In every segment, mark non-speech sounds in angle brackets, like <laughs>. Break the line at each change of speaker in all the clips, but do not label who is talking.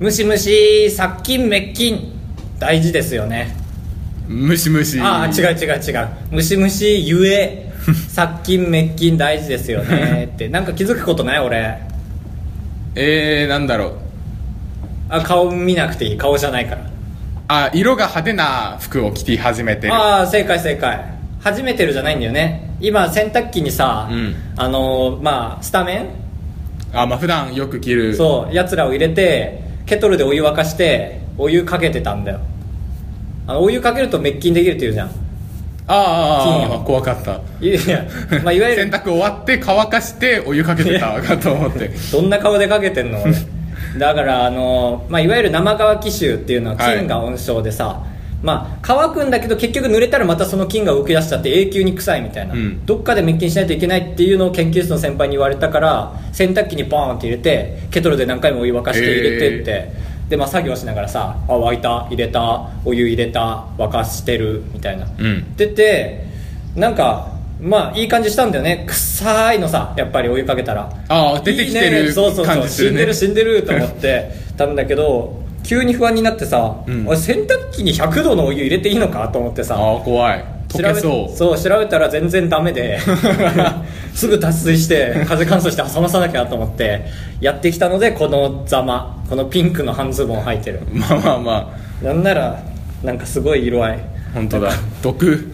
ムシムシ殺菌滅菌大事ですよね
ムシムシ
ああ違う違う違うムシムシゆ
<laughs>
え殺菌滅菌大事ですよねってなんか気づくことない俺
えー、なんだろう
あ顔見なくていい顔じゃないから
あ色が派手な服を着て始めてる
ああ正解正解初めてるじゃないんだよね今洗濯機にさ、
うん
あのーまあスタメン
あまあ普段よく着る
そうやつらを入れてケトルでお湯沸かしてお湯かけてたんだよあのお湯かけると滅菌できるっていうじゃん
あーあーあー
金
怖かった
いや、まあ、いわゆる
<laughs> 洗濯終わって乾かしてお湯かけてたかと
<laughs>
思って
どんな顔でかけて
<laughs>
んの俺だからあの、まあ、いわゆる生乾き臭っていうのは
はい
菌が温床でさ、まあ、乾くんだけど結局濡れたらまたその菌が動き出しちゃって永久に臭いみたいな、
うん
どっかで滅菌しないといけないっていうのを研究室の先輩に言われたから洗濯機にボーンって入れてケトルで何回もお湯沸かして入れてって、でまあ、作業しながらさあ沸いた入れたお湯入れた沸かしてるみたいな、
うん
出てなんかまあいい感じしたんだよね臭いのさやっぱりお湯かけたら
あー出てきてる
いいねそうそうそ
感
う
じす
死
る
ん
ね
でる死んでると思
<laughs>
ってたんだけど急に不安になってさ、
うん
俺洗濯機に100度のお湯入れていいのかと思ってさ
ああ怖い
調
溶
べ
けそう
そう調べたら全然ダメ
<laughs>
ですぐ脱水して風乾燥して挟まさなきゃと思ってやってきたのでこのざまこのピンクの半ズボン履いてる
まあまあま
なんならなんかすごい色合い
あ本当だ毒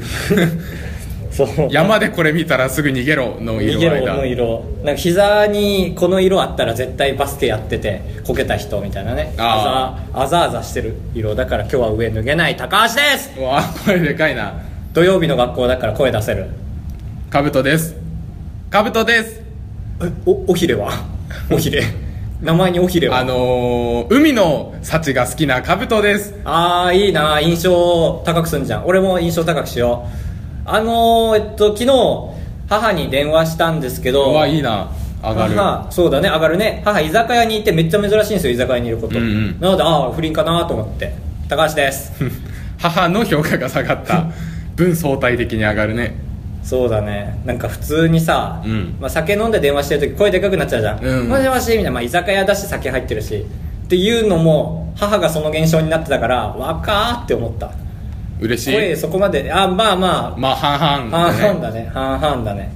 そう
山でこれ見たらすぐ逃げろの
逃
色
げ
合い
ろ
だ
の色なんか膝にこの色あったら絶対バスケやっててこけた人みたいなねあ
あ
ざあざあざしてる色だから今日は上脱げない高橋です
うわこれでかいな
土曜日の学校だから声出せる
カブトですカブトです
えおおひれは <laughs> おひれ名前におひれは
あのー、海の幸が好きなカブトです
ああいいな印象高くすんじゃん俺も印象高くしようあのー、えっと昨日母に電話したんですけ
う
ど
わいいな上がる
母そうだね上がるね母居酒屋にいてめっちゃ珍しいんですよ居酒屋にいること、
うんうん
なのでああ不倫かなと思って高橋です
<laughs> 母の評価が下
<laughs>
がった分相対的に上がるね
そうだねなんか普通にさ、
うん
まあ、酒飲んで電話してる時声でかくなっちゃうじゃん、
うん
もしもしみたいな、まあ、居酒屋だし酒入ってるしっていうのも母がその現象になってたから若ーって思った
嬉し
声
い
そこまであまあま
まあ半
あ
々
半
だ
々だ
ね
ね半々だね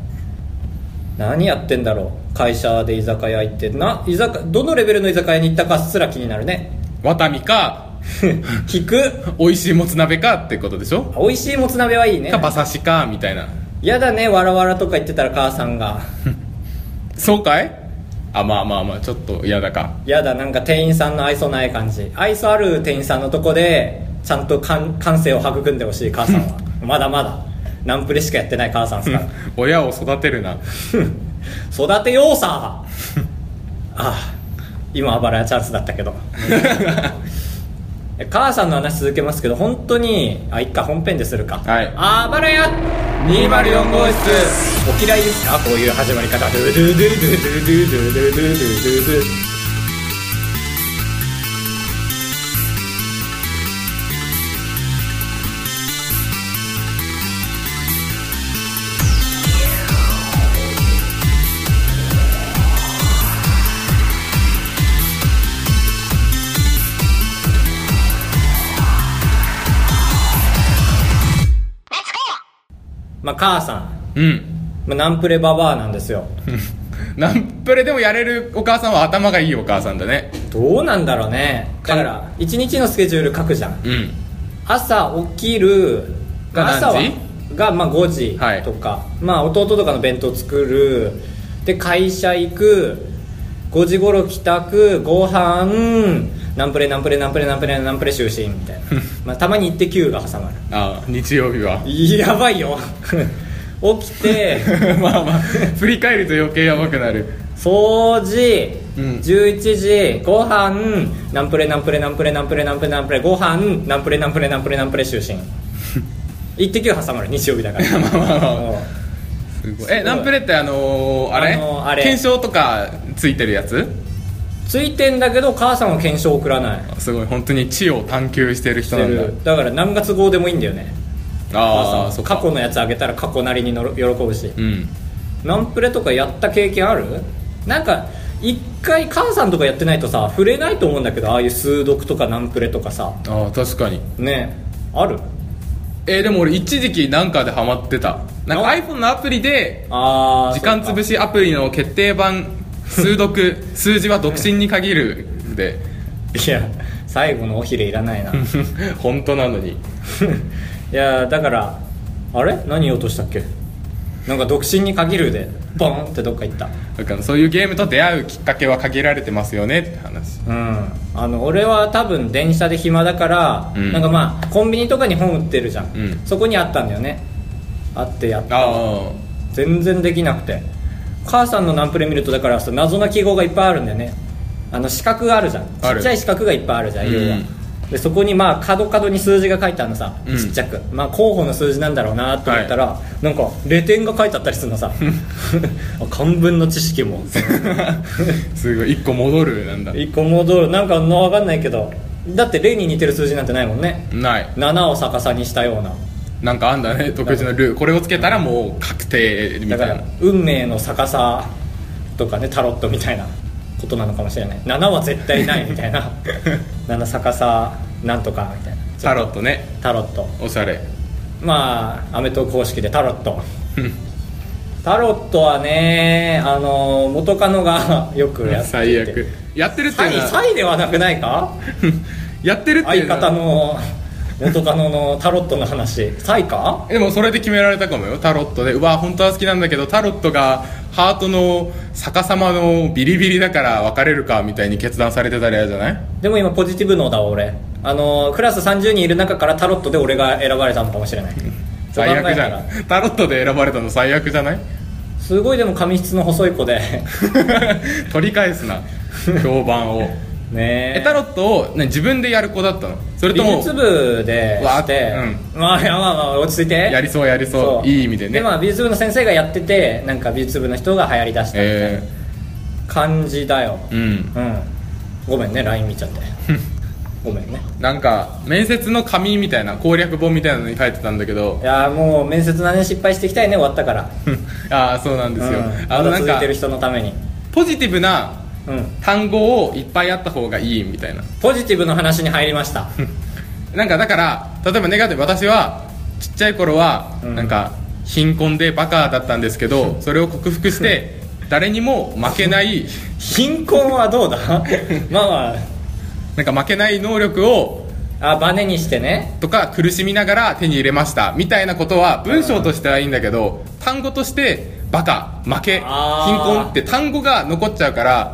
何やってんだろう会社で居酒屋行ってな居酒どのレベルの居酒屋に行ったかすら気になるね
ワタミか
<laughs> 聞く
美味しいもつ鍋かってことでしょ
美味しいもつ鍋はいいね
か馬刺しかみたいな
やだねわらわらとか言ってたら母さんが
そうかいあまあまあまあちょっと嫌だか <laughs>
やだなんか店員さんの愛想ない感じ愛想ある店員さんのとこでちゃんと感感性を育んでほしい母さんはまだまだナンプレしかやってない母さんです
<laughs>
から
親を育てるな
育てようさああ今はバラやチャンスだったけどえ母さんの話続けますけど本当にあいっか本編でするか
はい
あばらや204号室お嫌いですかこういう始まり方ドゥドゥドゥドゥドゥドゥドゥドゥドゥドゥまあ母さん、
うん <laughs>
まあ、ナンプレババアなんですよ
ナンプレでもやれるお母さんは頭がいいお母さんだね
どうなんだろうねだ
か
から一日のスケジュール書くじゃん
うん
朝起きる
が
朝は
何
がまあ5時
はい
とか、まあ弟とかの弁当作るで会社行く5時頃帰宅ご飯ナンプレナンプレナンプレナンプレナンプレ就寝みたいなまあたまに行って休が挟まる
あ日曜日は <laughs>
やばいよ起きて
まあまあ振り返ると余計やばくなる
掃除、
うん
11時ご飯ナンプレナンプレナンプレナンプレナンプレナンプレご飯ナンプレナンプレナンプレナンプレ就寝 <laughs> 一滴を挟まる日曜日だから
<laughs> まあまあまあ
うん
すごいえナンプレってあのーあれ,、
あのーあれ
検証とかついてるやつ
ついてんだけど母さんは検証を送らない
すごい本当に地を探求してる
し
人
て
なんだ
るだから何月号でもいいんだよね母さん
あ
は
あそっ
過
か
去のやつあげたら過去なりにのろ喜ぶし
うん
ナンプレとかやった経験あるなんか一回母さんとかやってないとさ触れないと思うんだけどああいう数読とかナンプレとかさ
ああ確かに
ねある
えーでも俺一時期なんかでハマってたなんか iPhone のアプリで
ああ
時間潰しアプリの決定版数読 <laughs> 数字は独身に限る <laughs> で
いや最後のおひれいらないな <laughs> い
本当なのに
やだからあれ何言おうとしたっけなんか独身に限るでボンってどっか行った
だからそういうゲームと出会うきっかけは限られてますよねって話
うんあの俺は多分電車で暇だから、
うん
なんかまあコンビニとかに本売ってるじゃん、
うん
そこにあったんだよねあってやった
あ
全然できなくて母さんのナンプレ見るとだからさ謎な記号がいっぱいあるんだよねあの四角があるじゃんち
ある
っちゃい四角がいっぱいあるじゃん
うん
色々でそこにまあ角角に数字が書いてあるのさ、
うん
ちっちゃくまあ候補の数字なんだろうなと思ったら、なんか0点が書いてあったりする
<laughs>
のさあ漢文の知識も <laughs>
<laughs> あすごい一個戻るなんだ
一個戻るなんかの分かんないけどだって例に似てる数字なんてないもんね
ない
7を逆さにしたような
なんかあんだね独自のルールこれをつけたらもう確定み
だ
た
か
い
ら
な
運命の逆さとかねタロットみたいなことなのかもしれない7は絶対ないみたい
<laughs>
な7逆さなんとかみたいな
タロットね
タロット
おしゃれ
まあアメトーーク公式でタロッ
<laughs>
トタロットはねあの元カノが <laughs> よくやってて
最悪やってるって <laughs> い
サ
うの
イ
は
サイではなくないか
やってるってい
相
うのは
方の元カノのタロットの話サイか
でもそれで決められたかもよタロットでうわ本当は好きなんだけどタロットがハートの逆さまのビリビリだから別れるかみたいに決断されてたら嫌じゃない
でも今ポジティブ脳だわ俺あのクラス30人いる中からタロットで俺が選ばれたのかもしれないそう考
最
えた
悪じゃ
ら
んタロットで選ばれたの最悪じゃない
<laughs> すごいでも髪質の細い子で
取り返すな評判を
<laughs> ね
えタロットを、ね、自分でやる子だったのそれと
美
も
術部で
わー
して
う
まあいやまあまあ落ち着いて
やりそうやりそういい意味でね
まあ、美術部の先生がやっててなんか美術部の人が流行りだしたみたいな
え
感じだよ
ーうん
うん、ごめんね LINE 見ちゃ
<laughs>
ってごめんね
なんか面接の紙みたいな攻略本みたいなのに書いてたんだけど
い
<laughs>
やーもう面接なね失敗していきたいね終わったから
ああそうなんですよ、
うんま
あ
だ
のなん
続い
か
てる人のために
ポジティブな
うん
単語をいっぱいあった方がいいみたいな
ポジティブの話に入りま
<laughs>
した
なんかだから例えばネガティブ私はちっちゃい頃は
うん
なんか貧困でバカだったんですけどそれを克服
<laughs>
して誰にも負けない
貧困はどうだ <laughs> まあま
なんか負けない能力を
ああバネにしてね
とか苦しみながら手に入れましたみたいなことは文章としてはいいんだけど単語としてバカ負け貧
あー
困って単語が残っちゃうから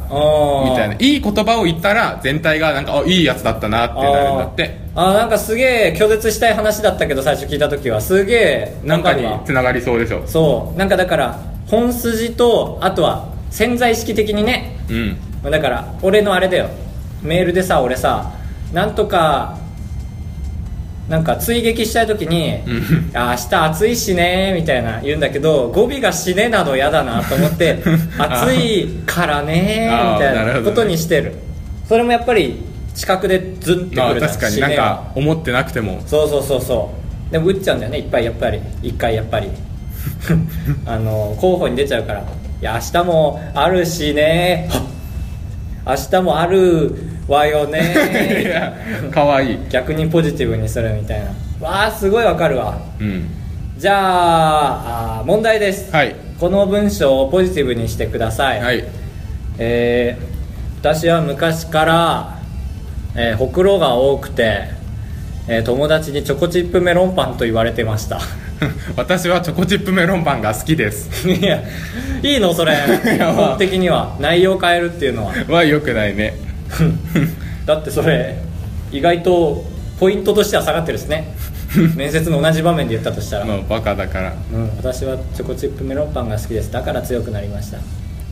み
み
たいないい言葉を言ったら全体がなんかあいいやつだったなってなるんだって
あーなんかすげえ拒絶したい話だったけど最初聞いた時はすげえ
なんかに
は
つながりそうでしょ
そうなんかだから本筋とあとは潜在意識的にね
うん
まあだから俺のあれだよメールでさ俺さなんとかなんか追撃したい時に
ん
「あ明日暑いしね」みたいな言うんだけど語尾が「死ね」など嫌だなと思って
<laughs>
「
あ
暑いからね」
あー
みたい
なるほ
な
どね
ことにしてるそれもやっぱり近くでズンってくるじ
ま
ゃ
あ
ん
確かに
死
なん
ねは
か思ってなくても
そうそうそうそうでも打っちゃうんだよねいっぱいやっぱり一回やっぱり <laughs> あの候補に出ちゃうからいや明日もあるしね明日もあるわよ
<laughs> い
ね
や可愛い
逆にポジティブにするみたいなわあすごいわかるわ
うん
じゃああー問題です、
はい <laughs>
この文章をポジティブにしてください、
はい
えー私は昔から、えーほくろが多くて、えー友達にチョコチップメロンパンと言われてました <laughs>
私はチョコチップメロンパンが好きです
いやい <laughs> いのそれ
やまあ
本的には内容変えるっていうのは
は良くないね
だってそれ意外とポイントとしては下がってるです <laughs> ね面接の同じ場面で言ったとしたら、
まあバカだから <laughs>
うん、私はチョコチップメロンパンが好きですだから強くなりました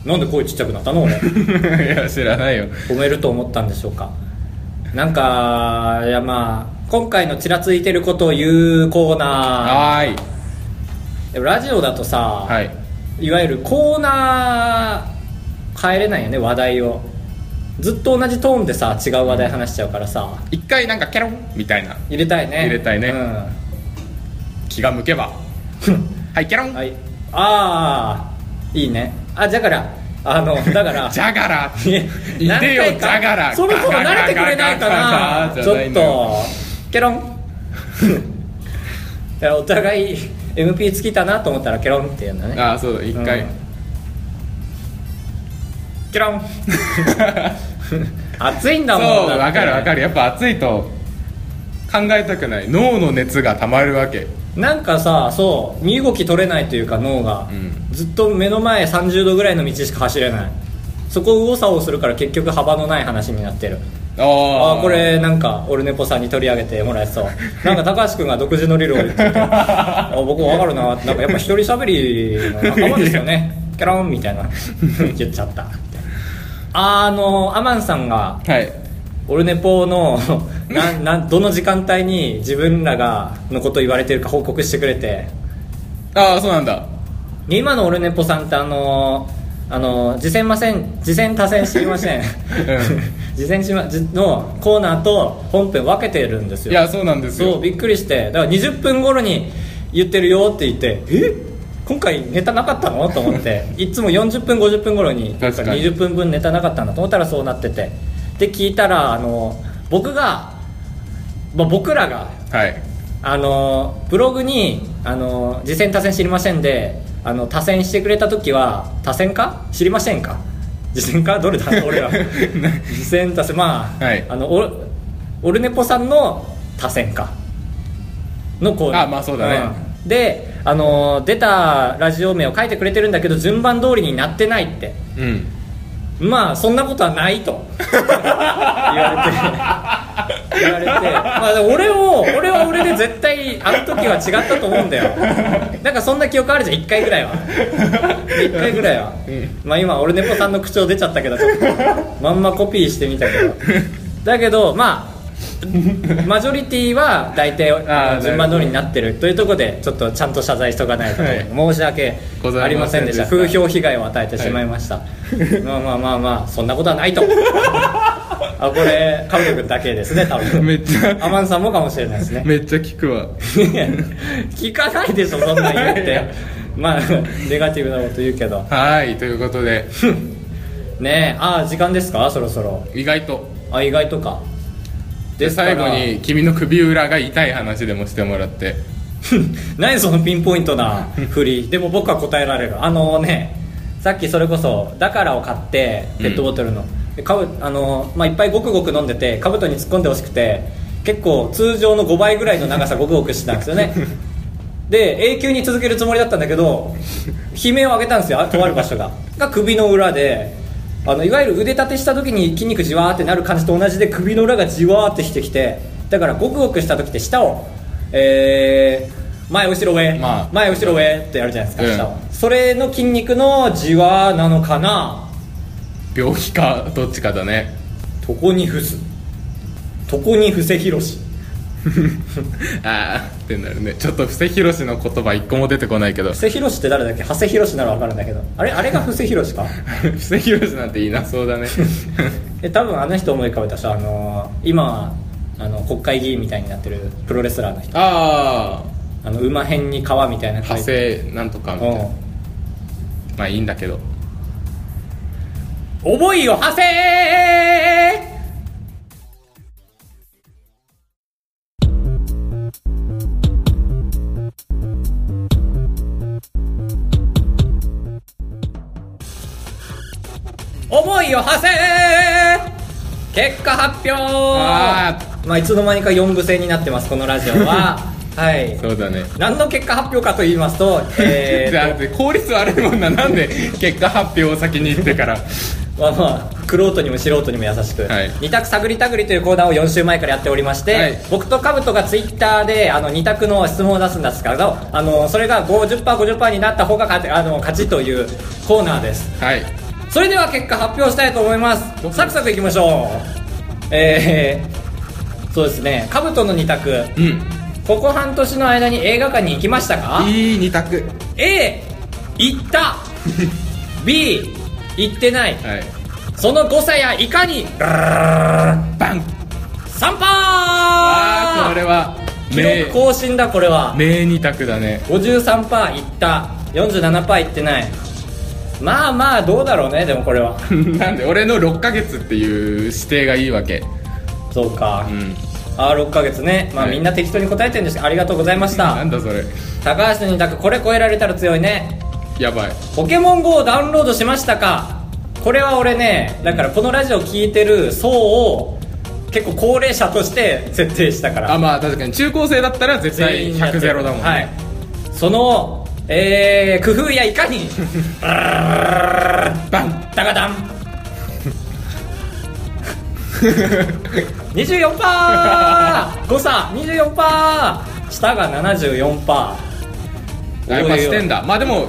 なんで声ちっちゃくなったの俺
いや知らないよ
褒めると思ったんでしょうかなんかいやまあ今回のちらついてることを言うコーナ
はーい
ーでもラジオだとさ、
はい
い、わゆるコーナー変えれないよね話題をずっと同じトーンでさ違う話題話しちゃうからさ
一回なんかケロンみたいな
入れたいね
入れたいね
うん
気が向けばはいケロン
はい、ああいいねあだからあのだから
<laughs> じゃがらい
何
でよ
回
じゃが
からそろそろ慣れてくれないかなちょっとケロン <laughs> いやお互い MP 尽きたなと思ったらケロンっていうのね
ああそうだ一回、
うんケ
<laughs>
ロン暑いんだもん
そう
だって
わかるわかるやっぱ暑いと考えたくない脳の熱がたまるわけ
なんかさそう身動き取れないというか脳が、
うん
ずっと目の前30度ぐらいの道しか走れないそこを右往左往するから結局幅のない話になってる
あー
ああこれなんかオルネポさんに取り上げてもらえ <laughs> そうなんか高橋君が独自の理論を言って <laughs> てあ僕分かるなってなんかやっぱ一人喋りの仲間ですよ <laughs> ねキャロンみたいな言っちゃったあのアマンさんが
はい
オルネポのなんなんどの時間帯に自分らがのこと言われてるか報告してくれて
ああそうなんだ
で今のオルネポさんってあのあの次戦ません次戦多戦知りま <laughs> せん、次戦しまじのコーナーと本編分けてるんです
い
よ
やそうなんですよ
そうびっくりしてだから20分頃に言ってるよって言ってえ今回ネタなかったのと思って
<laughs>
いつも40分50分頃に
確かに
20分分ネタなかったんだと思ったらそうなっててで聞いたらあの僕が、まあ、僕らが
はい
あのブログにあの「次戦多戦知りませんで」あの多戦してくれた時は「多戦か知りませんか?」「次戦かどれ
<laughs>
だ俺ら」「次戦多戦」まあ,、
はい
あのオルオルネポさんの「多戦か」のコーナー
あまあそうだね
んであの出たラジオ名を書いてくれてるんだけど順番通りになってないって
うん
まあそんなことはないと言われて言われて、まあ、でも俺を俺は俺で絶対あの時は違ったと思うんだよなんかそんな記憶あるじゃん1回ぐらいは1回ぐらいは、まあ今俺猫さんの口調出ちゃったけどちょっ <laughs> とまんまコピーしてみたけどだけどまあマジョリティは大体
あー
順番通りになってるというところでちょっとちゃんと謝罪しとかないと、申し訳ありませんでした
ございませんでした
風評被害を与えてしまいました、まあまあまあまあそんなことはない <laughs> とあこれカム君だけですね多分
めっちゃ
アマンさんもかもしれない <laughs> ですね
めっちゃ聞くわ
いや聞かないでしょそんなん言ってまあネガティブなこと言うけど
はいということで
ねえああ時間ですかそろそろ
意外と
あ意外とか
で
か
最
ら
後に君の首裏が痛い話でもしてもらって
<laughs> 何そのピンポイントな振りでも僕は答えられるあのねさっきそれこそ「だから」を買ってペットボトルの、でかぶあの、まあ、いっぱいごくごく飲んでてかぶとに突っ込んでほしくて結構通常の5倍ぐらいの長さごくごくしてたんですよ
<laughs>
ねで永久に続けるつもりだったんだけど悲鳴を上げたんですよあとある場所がが首の裏であのいわゆる腕立てした時に筋肉じわーってなる感じと同じで首の裏がじわーってしてきてだからごくごくした時って下をえー前後ろ上、
まあ
前後ろ上ってやるじゃないですか、
うん
下をそれの筋肉のじわーなのかな
病気かどっちかだね <laughs>
床に伏す床に伏せ広し
ああってなるねちょっと布施宏の言葉一個も出てこないけど <laughs>
伏せ広しって誰だっけ長谷広しなら分かるんだけどあれあれが伏せ広し
<laughs>
か
布施宏なんていなそうだね <laughs>
で多分あの人思い浮かべた人あのー今はあの国会議員みたいになってるプロレスラーの人
ああ
あの馬編に川みたいな書
派
いて
生なんとかみたいなまあいいんだけど
うん重いよ派生重いよ派生結果発表
あ
まあいつの間にか4部制になってますこのラジオ
<laughs>
ははい
そうだね
何の結果発表かと言いますと、えーと
<laughs> じゃあ効率悪いもんななんで結果発表を先に言ってから
まあまあ、くろにも素人にも優しく、
はい
二択探り探りというコーナーを4週前からやっておりまして、
はい
僕とカブトがツイッターであの二択の質問を出すんですけどあのそれが 50%50% になった方が勝ちあの勝ちというコーナーです
はい
それでは結果発表したいと思います
どこ
サクサクいきましょうえー、そうですねカブトの二択
うん
ここ半年の間に映画館に行きましたか
いい二択
A 行った B 行ってない
はい
その誤差やいかに
バン
三パー
ああこれは
記録更新だこれは
名名二択だね
53パーいった47パーいってないまあまあどうだろうねでもこれは
<laughs> なんで俺の6ヶ月っていう指定がいいわけ
そうか、
うん
ああ6ヶ月ねまあ、
はい
みんな適当に答えてるんですけどありがとうございまし
な
た
んだそれ
高橋の二択これ超えられたら強いね
やばい
ポケモン GO をダウンロードしましたかこれは俺ねだからこのラジオ聞いてる層を結構高齢者として設定したから
あまあ確かに中高生だったら絶対
やってる
100ゼロだもんね、
はい、その、えー、工夫やいかに
バン
ダガダン24%誤差24%下が74%
やっぱしてんだまあでも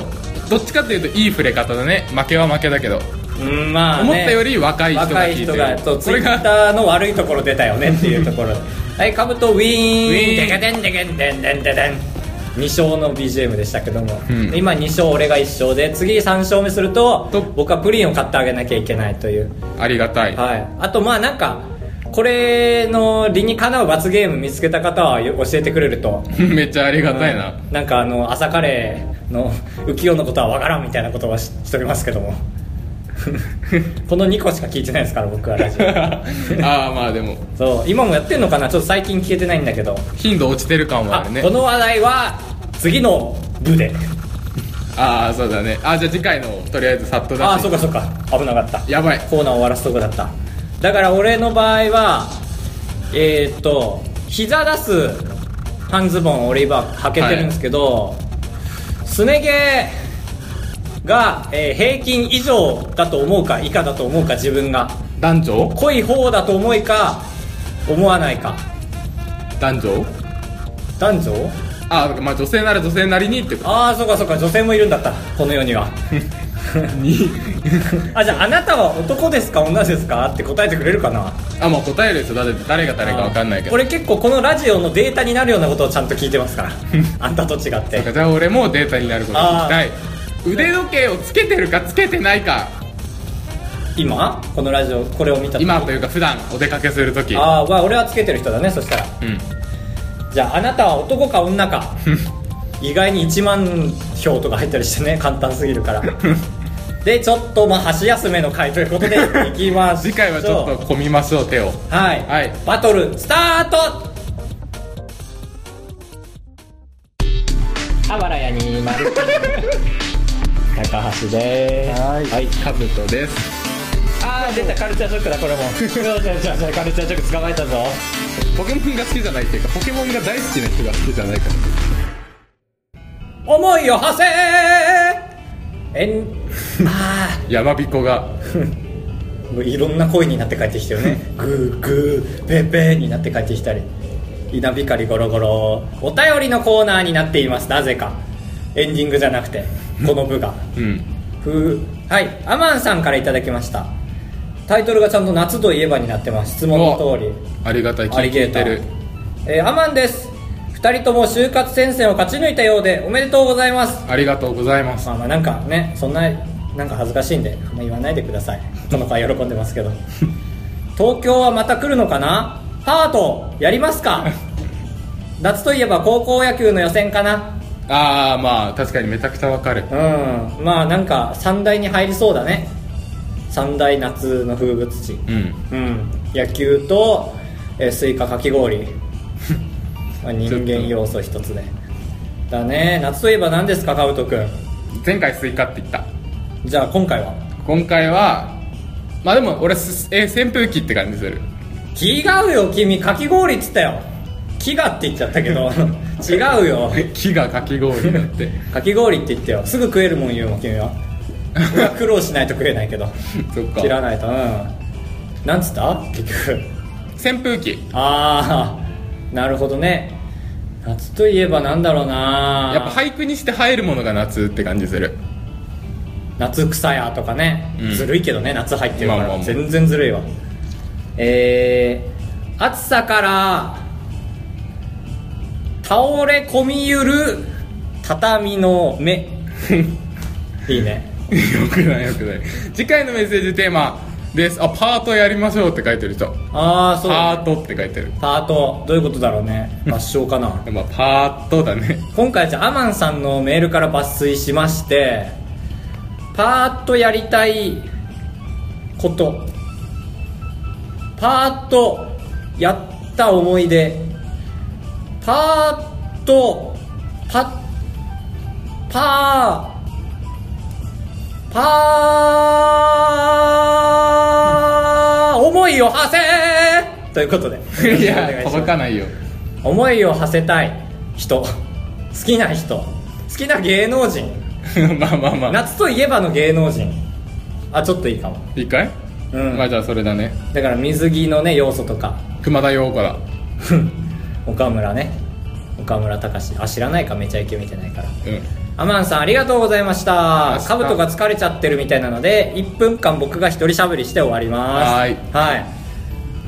どっちかっていうといい触れ方だね負けは負けだけど、
うんまあ、ね、
思ったより若い人が
若
聞
い
いて
人
る
がそう
こ
ツイ
れ
ッ
が
ターの悪いところ出たよねっていうとこ
<laughs>
ろはいかぶとウィーン
ウィーン
デカデンデケンデンデンデデン2勝の BGM でしたけども、
うん
今2勝俺が1勝で次3勝目すると
と
僕はプリンを買ってあげなきゃいけないという
ありがたい、 <laughs>
はいあとまあなんかこれの理にかなう罰ゲーム見つけた方はよ教えてくれると
めっちゃありがたいな、
なんかあの朝カレーの浮世のことはわからんみたいなことはししておりますけ
<laughs>
どもこの2個しか聞いてないですから僕はラジオ
<laughs> ああまあでも <laughs>
そう今もやってんのかなちょっと最近聞けてないんだけど
頻度落ちてる感はあ
あ
るね
この話題は次の部で
ああそうだねあーじゃあ次回のとりあえずさっと出し
ああそうかそうか危なかった
やばい
コーナー終わらすとこだっただから俺の場合はえー、っと膝出す半ズボンを俺今履けてるんですけど、すね毛が、えー平均以上だと思うか以下だと思うか自分が
男女
濃い方だと思いか思わないか
男女
男女
ああまあ女性なら女性なりにってこ
ああそうかそうか女性もいるんだったこの世には
とに
<laughs> あじゃああなたは男ですか女ですかって答えてくれるかな
あまあ答える人だって誰が誰か分かんないけど
俺結構このラジオのデータになるようなことをちゃんと聞いてますから
<laughs>
あんたと違っ
そう
て
かじゃあ俺もデータになることにしたい腕時計をつけてるかつけてないか
今このラジオこれを見た時
今というか普段お出かけするとき
ああまあ俺はつけてる人だねそしたら
うん
じゃああなたは男か女
<laughs>
か意外に1万票とか入ったりしてね簡単すぎる
<laughs>
からでちょっとまあ箸休めの回ということでいきましょう
次回はちょっと込みましょう手を
はい、
はい
バトルスタートあばらやにまる高橋で
はいカブトです
ああ出たカルチャーショックだこれも <laughs> そうそうそうそうカルチャーショック捕まえたぞ
ポケモンが好きじゃないっていうかポケモンが大好きな人が好きじゃないから
思いを馳せえんあ
山彦が
あもういろんな声になって帰ってきて <laughs> るねグーグーペーペーになって帰ってきたり稲光ゴロゴロお便りのコーナーになっていますなぜかエンディングじゃなくてこの部が
うん
ふうはいアマンさんからいただきましたタイトルがちゃんと「夏といえば」になってます質問の通り
ありがたい
ア
聞
リ
い
ゲ
て
ータ
る
ー、えーアマンです2人とも就活戦線を勝ち抜いたようでおめでとうございます
ありがとうございます
まあまあなんかねそんななんか恥ずかしいんであんま言わないでくださいこの子は喜んでます
<laughs>
けど東京はまた来るのかなハートやります
<laughs>
か夏といえば高校野球の予選かな
ああまあ確かにめちゃくちゃわかる
うんまあなんか三大に入りそうだね三大夏の風物詩
うん
うん野球と、えースイカかき
<laughs>
氷まあ人間要素一つでだね夏といえば何ですかカウト君
前回スイカって言った
じゃあ今回は
今回はまあでも俺すえー扇風機って感じする
違うよ君かき氷っつったよ飢餓って言っちゃったけ
<laughs>
ど違うよ
木がかき氷だって <laughs>
かき氷って言ってよすぐ食えるもん言うもん君は俺は苦労しないと食えないけど
そっか
切らないとうんなんつった結局
扇風機
ああなるほどね夏といえばなんだろうな
やっぱ俳句にして入るものが夏って感じす <laughs> る
夏草やとかね、
うん
ずるいけどね夏入ってるから、
まあまあまあ
全然ずるいわえー、暑さから倒れ込みゆる畳の
<laughs>
目いいね
よくないよくない次回のメッセージテーマですあパートやりましょうって書いてる人
ああそう
パ
だ
ートって書いてる
パートどういうことだろう
<laughs>
ね合唱かな
まあパートだね
今回じゃあアマンさんのメールから抜粋しましてパーッとやりたいことパーッとやった思い出パーッとパッパーパー思いを馳せということで
<laughs> い
お願
や
します
届かないよ
思いを馳せたい人好きな人好きな芸能人
まあまあまあ
夏といえばの芸能人あちょっといいかも
一回、
うん
まあじゃあそれだね
だから水着のね要素とか <laughs>
熊田曜子だ
岡村ね岡村隆史あ知らないかめちゃイケ見てないから
うん
アマンさんありがとうございました
明日
カブトが疲れちゃってるみたいなので1分間僕が一人しゃべりして終わります
はーい
はい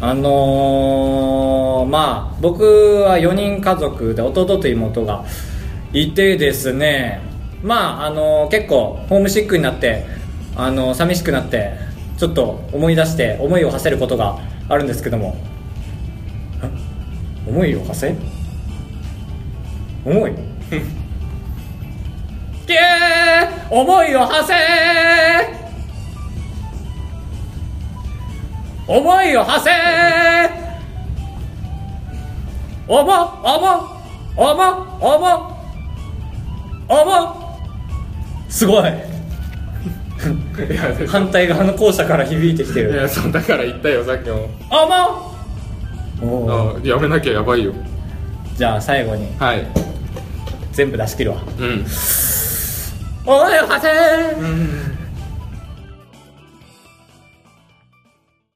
あのーまあ僕は4人家族で弟と妹がいてですねまああのー結構ホームシックになってあのー寂しくなってちょっと思い出して思いを馳せることがあるんですけどもえ思いを馳せ
<laughs>
思いけー思いを馳せ思いを馳せおもおもおもおもおもすごい
いやい
反対側の校舎から響いてきて
<laughs>
る
やそうだから言ったよさっきも
おもおー
あやめなきゃやばいよ
じゃあ最後に
はい
全部出し切るわ
うん
思いを馳せ
うん